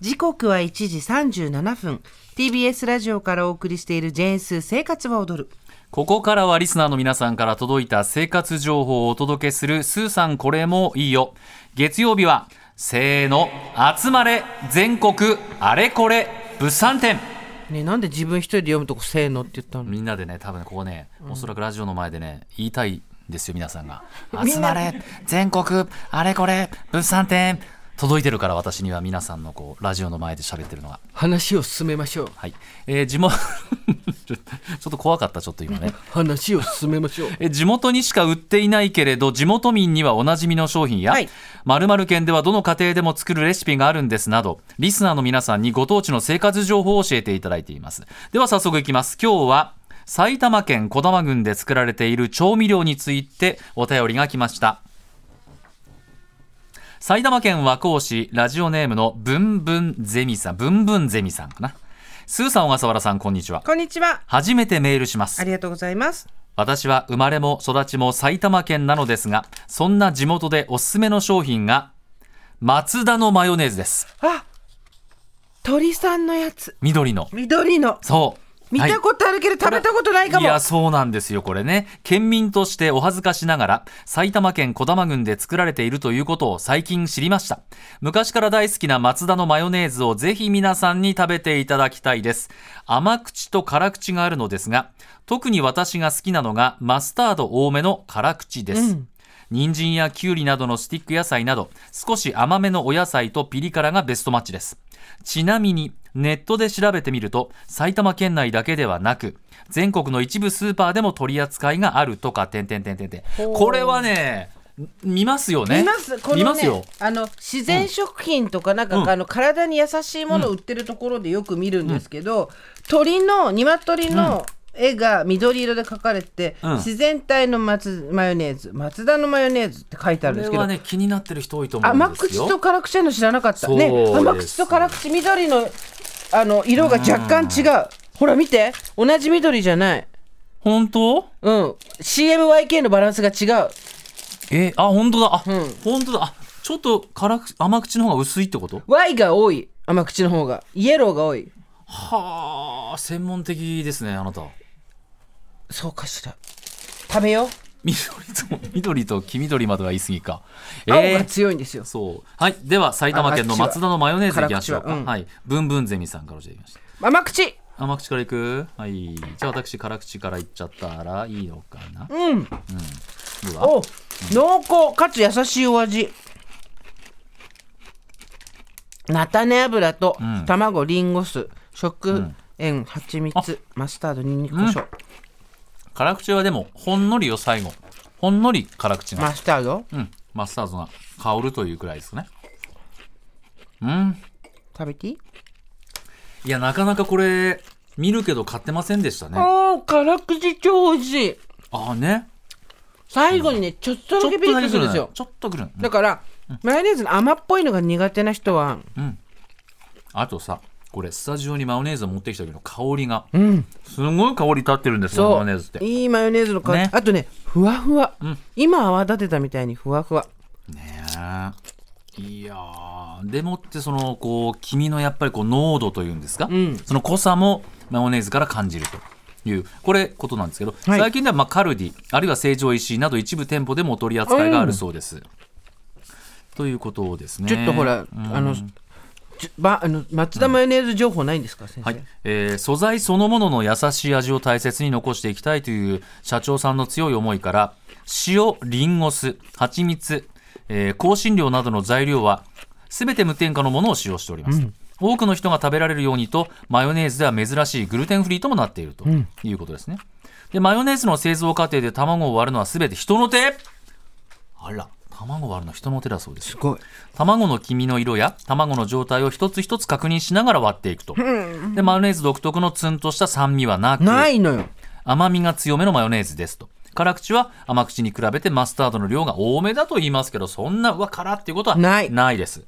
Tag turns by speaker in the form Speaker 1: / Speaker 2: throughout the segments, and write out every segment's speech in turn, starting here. Speaker 1: 時刻は1時37分 TBS ラジオからお送りしている「ジェーンスー生活は踊る」
Speaker 2: ここからはリスナーの皆さんから届いた生活情報をお届けするスーさんこれもいいよ。月曜日は、せーの、集まれ、全国、あれこれ、物産展。
Speaker 1: ねなんで自分一人で読むとこ「せーの」って言ったの
Speaker 2: みんなでね、多分ねここね、おそらくラジオの前でね、言いたいんですよ、皆さんが。
Speaker 1: んな
Speaker 2: 集まれ、全国、あれこれ、物産展。届いてるから私には皆さんのこうラジオの前で喋ってるのが
Speaker 1: 話を進めましょう
Speaker 2: はい、えー地元 ちょっとちょっと怖かったちょっと今ね
Speaker 1: 話を進めましょう
Speaker 2: え地元にしか売っていないけれど地元民にはおなじみの商品や、
Speaker 1: はい
Speaker 2: 〇〇県ではどの家庭でも作るレシピがあるんですなどリスナーの皆さんにご当地の生活情報を教えていただいていますでは早速いきます今日は埼玉県小玉郡で作られている調味料についてお便りが来ました埼玉県和光市ラジオネームのぶんぶんゼミさんぶんぶんゼミさんかなスーさん小笠原さんこんにちは
Speaker 1: こんにちは
Speaker 2: 初めてメールします
Speaker 1: ありがとうございます
Speaker 2: 私は生まれも育ちも埼玉県なのですが、そんな地元でおすすめの商品が、松田のマヨネーズです。
Speaker 1: あ鳥さんのやつ
Speaker 2: 緑の。
Speaker 1: 緑の
Speaker 2: そう。
Speaker 1: 見たことあるけど食べたことないかも、
Speaker 2: いや、そうなんですよ、これね。県民としてお恥ずかしながら、埼玉県小玉郡で作られているということを最近知りました。昔から大好きな松田のマヨネーズをぜひ皆さんに食べていただきたいです。甘口と辛口があるのですが、特に私が好きなのがマスタード多めの辛口です。
Speaker 1: うん
Speaker 2: 人参やきゅうりなどのスティック野菜など少し甘めのお野菜とピリ辛がベストマッチですちなみにネットで調べてみると埼玉県内だけではなく全国の一部スーパーでも取り扱いがあるとか点点点点点
Speaker 1: ほう
Speaker 2: これはね見ますよね
Speaker 1: 見ますこの、ね、
Speaker 2: 見ますよ
Speaker 1: あの自然食品とかなんか、
Speaker 2: うん
Speaker 1: あの体に優しいものを売ってるところでよく見るんですけど、鳥の鶏の絵が緑色で描かれて、
Speaker 2: うん
Speaker 1: 自然体の松マヨネーズ松田のマヨネーズって書いてある
Speaker 2: こ
Speaker 1: んで
Speaker 2: れ
Speaker 1: すけど、
Speaker 2: はね気になってる人多いと思うん
Speaker 1: 甘
Speaker 2: です
Speaker 1: 口
Speaker 2: よ
Speaker 1: と辛口なの知らなかったね
Speaker 2: そうです
Speaker 1: 甘口と辛口緑のあの色が若干違うほら見て同じ緑じゃない
Speaker 2: 本当
Speaker 1: うん CMYK のバランスが違う
Speaker 2: えあ本当だあ、
Speaker 1: うん
Speaker 2: 本当だあちょっと辛口甘口の方が薄いってこと
Speaker 1: Y が多い甘口の方がイエローが多い
Speaker 2: はあ専門的ですねあなた
Speaker 1: そうかしら。食べよう。
Speaker 2: 緑と緑と黄緑までは言い過ぎか。
Speaker 1: 青が
Speaker 2: えー
Speaker 1: 強いんですよ。
Speaker 2: そうはいでは埼玉県の松田のマヨネーズいきましょうか
Speaker 1: 辛口は
Speaker 2: は、
Speaker 1: うん
Speaker 2: いブンブンゼミさんから教えてきました
Speaker 1: 甘口。
Speaker 2: 甘口からいくはいじゃあ私辛口からいっちゃったらいいのかな
Speaker 1: うん。
Speaker 2: うわ
Speaker 1: お、濃厚かつ優しいお味。菜種油と
Speaker 2: ん
Speaker 1: 卵、リンゴ酢、食
Speaker 2: ん
Speaker 1: 塩、蜂蜜、マスタード、ニンニク、胡椒、
Speaker 2: 辛口はでもほんのりよ最後ほんのり辛口が
Speaker 1: マスタード。
Speaker 2: うんマスタードが香るというくらいですねうん
Speaker 1: 食べていい？
Speaker 2: いやなかなかこれ見るけど買ってませんでしたね
Speaker 1: ああ、辛口超美味しい。
Speaker 2: ああね
Speaker 1: 最後にね、ちょっと
Speaker 2: ち
Speaker 1: だ
Speaker 2: ょっ
Speaker 1: け
Speaker 2: と
Speaker 1: ピリッ
Speaker 2: だ
Speaker 1: と
Speaker 2: け
Speaker 1: す
Speaker 2: く
Speaker 1: るんで
Speaker 2: るね
Speaker 1: すよ。
Speaker 2: ちょっとくる
Speaker 1: だからマヨネーズの甘っぽいのが苦手な人は、
Speaker 2: うん、あとさこれスタジオにマヨネーズを持ってきた時の香りが
Speaker 1: うん、
Speaker 2: すごい香り立ってるんですよ
Speaker 1: そう
Speaker 2: マヨネーズって
Speaker 1: いいマヨネーズの香り、
Speaker 2: ね
Speaker 1: あとねふわふわ、
Speaker 2: ん
Speaker 1: 今泡立てたみたいにふわふわ
Speaker 2: ねえいやーでもってそのこう黄身のやっぱりこう濃度というんですか、
Speaker 1: ん
Speaker 2: その濃さもマヨネーズから感じるというこれことなんですけど、
Speaker 1: はい
Speaker 2: 最近ではまあカルディあるいは成城石井など一部店舗でもお取り扱いがあるそうです、ということですね
Speaker 1: ちょっとほら、
Speaker 2: うん
Speaker 1: あのちょばあの松田マヨネーズ情報ないんですか、先生、
Speaker 2: はいえー素材そのものの優しい味を大切に残していきたいという社長さんの強い思いから塩リンゴ酢蜂蜜、えー香辛料などの材料は全て無添加のものを使用しております、多くの人が食べられるようにとマヨネーズでは珍しいグルテンフリーともなっているということですね、でマヨネーズの製造過程で卵を割るのは全て人の手あら卵を割るのは人の手だそうです
Speaker 1: すごい
Speaker 2: 卵の黄身の色や卵の状態を一つ一つ確認しながら割っていくと、でマヨネーズ独特のツンとした酸味はなく
Speaker 1: ないのよ
Speaker 2: 甘みが強めのマヨネーズですと辛口は甘口に比べてマスタードの量が多めだと言いますけどそんなうわ辛っていうことは
Speaker 1: ない
Speaker 2: ないです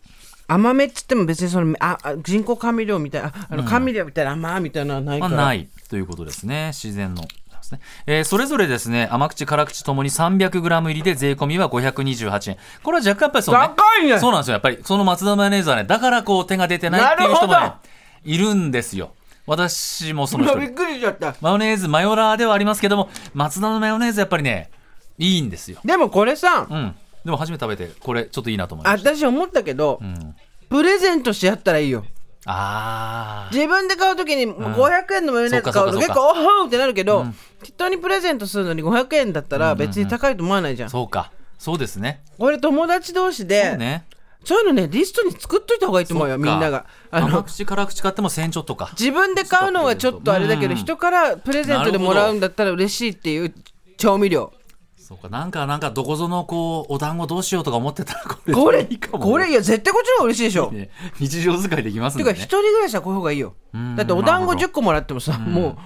Speaker 1: 甘めっつっても別にそのああ人工甘味料みたいなああの甘味料みたいな甘いみたいなのはない
Speaker 2: ま
Speaker 1: か
Speaker 2: あ、
Speaker 1: ら、
Speaker 2: ないということですね自然のですね、えーそれぞれですね甘口辛口ともに 300g 入りで税込みは528円これは若干やっぱりそう、ね、
Speaker 1: 高いね
Speaker 2: そうなんですよやっぱりその松田マヨネーズはねだからこう手が出てないっていう人も
Speaker 1: なる
Speaker 2: ね
Speaker 1: ほ
Speaker 2: いるんですよ私もその一人
Speaker 1: びっくりしちゃった
Speaker 2: マヨネーズマヨラーではありますけども松田のマヨネーズやっぱりねいいんですよ
Speaker 1: でもこれさ
Speaker 2: うんでも初めて食べてこれちょっといいなと思いました
Speaker 1: 私思ったけど、
Speaker 2: ん
Speaker 1: プレゼントしてやったらいいよ
Speaker 2: あ
Speaker 1: 自分で買うときに500円のマヨネーズ買うと
Speaker 2: そうかそうかそうか
Speaker 1: 結構おはんってなるけど、人にプレゼントするのに500円だったら別に高いと思わないじゃん,、
Speaker 2: あそうかそうですね
Speaker 1: これ友達同士でそう,、
Speaker 2: ね
Speaker 1: いうのねリストに作っといた方がいいと思うよ
Speaker 2: そっ
Speaker 1: みん
Speaker 2: か
Speaker 1: ながあ
Speaker 2: 甘
Speaker 1: の
Speaker 2: 口辛口買っても1000ちょっとか
Speaker 1: 自分で買うのはちょっとあれだけど、
Speaker 2: うん
Speaker 1: 人からプレゼントでもらうんだったら嬉しいっていう調味料
Speaker 2: そうかなんかなんかどこぞのこうお団子どうしようとか思ってたらこれ
Speaker 1: これ
Speaker 2: いいかも
Speaker 1: これいや絶対こっちの方が嬉しいでしょ
Speaker 2: ね日常使いできます
Speaker 1: て
Speaker 2: ん
Speaker 1: か
Speaker 2: で
Speaker 1: 一
Speaker 2: ね
Speaker 1: 人暮らしはこういう方がいいよだってお団子
Speaker 2: なるほど
Speaker 1: 10個もらってもさもう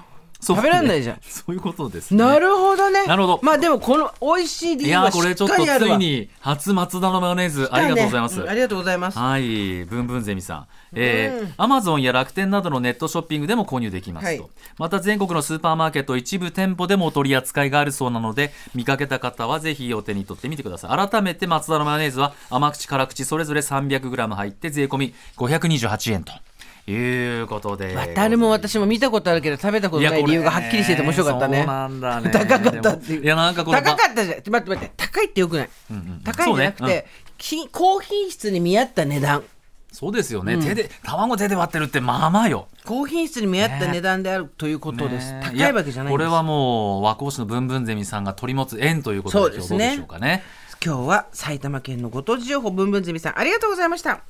Speaker 2: そう
Speaker 1: 食べられないじゃん
Speaker 2: ね そういうことですね
Speaker 1: なるほどね
Speaker 2: なるほど
Speaker 1: まあでもこの美味しい理
Speaker 2: い
Speaker 1: 由
Speaker 2: や
Speaker 1: は
Speaker 2: ー
Speaker 1: し
Speaker 2: これ
Speaker 1: っ
Speaker 2: ちょっ
Speaker 1: か
Speaker 2: と
Speaker 1: りあ
Speaker 2: つ
Speaker 1: る
Speaker 2: い
Speaker 1: わ
Speaker 2: に初松田のマヨネーズありがとうございます
Speaker 1: んありがとうございます
Speaker 2: はい、ブンブンゼミさん、えー Amazon や楽天などのネットショッピングでも購入できますと、
Speaker 1: はい
Speaker 2: また全国のスーパーマーケット一部店舗でもお取り扱いがあるそうなので見かけた方はぜひお手に取ってみてください改めて松田のマヨネーズは甘口辛口それぞれ 300g 入って税込み528円ということで
Speaker 1: 渡るも私も見たことあるけど食べたことない理由がはっきりしてて面白かった
Speaker 2: い
Speaker 1: ね
Speaker 2: やこれそうなんだね
Speaker 1: 高かったっていう
Speaker 2: でもいやなんかこれ
Speaker 1: 高かったじゃん待って待って高いってよくない、高いんじゃなく
Speaker 2: そうね
Speaker 1: て、き高品質に見合った値段
Speaker 2: そうですよね、手で卵手で割ってるってまあまあよ
Speaker 1: 高品質に見合った値段であるということです、
Speaker 2: ね
Speaker 1: 高いわけじゃないん
Speaker 2: こ
Speaker 1: で
Speaker 2: れ
Speaker 1: す
Speaker 2: はもう和光市のブンブンゼミさんが取り持つ縁ということで
Speaker 1: そうです
Speaker 2: 今日どう
Speaker 1: ね
Speaker 2: でしょうかね
Speaker 1: 今日は埼玉県のご当地情報ぶんぶんゼミさんありがとうございました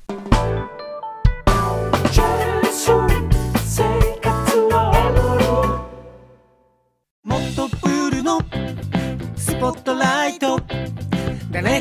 Speaker 3: もっとプールのスポットライト誰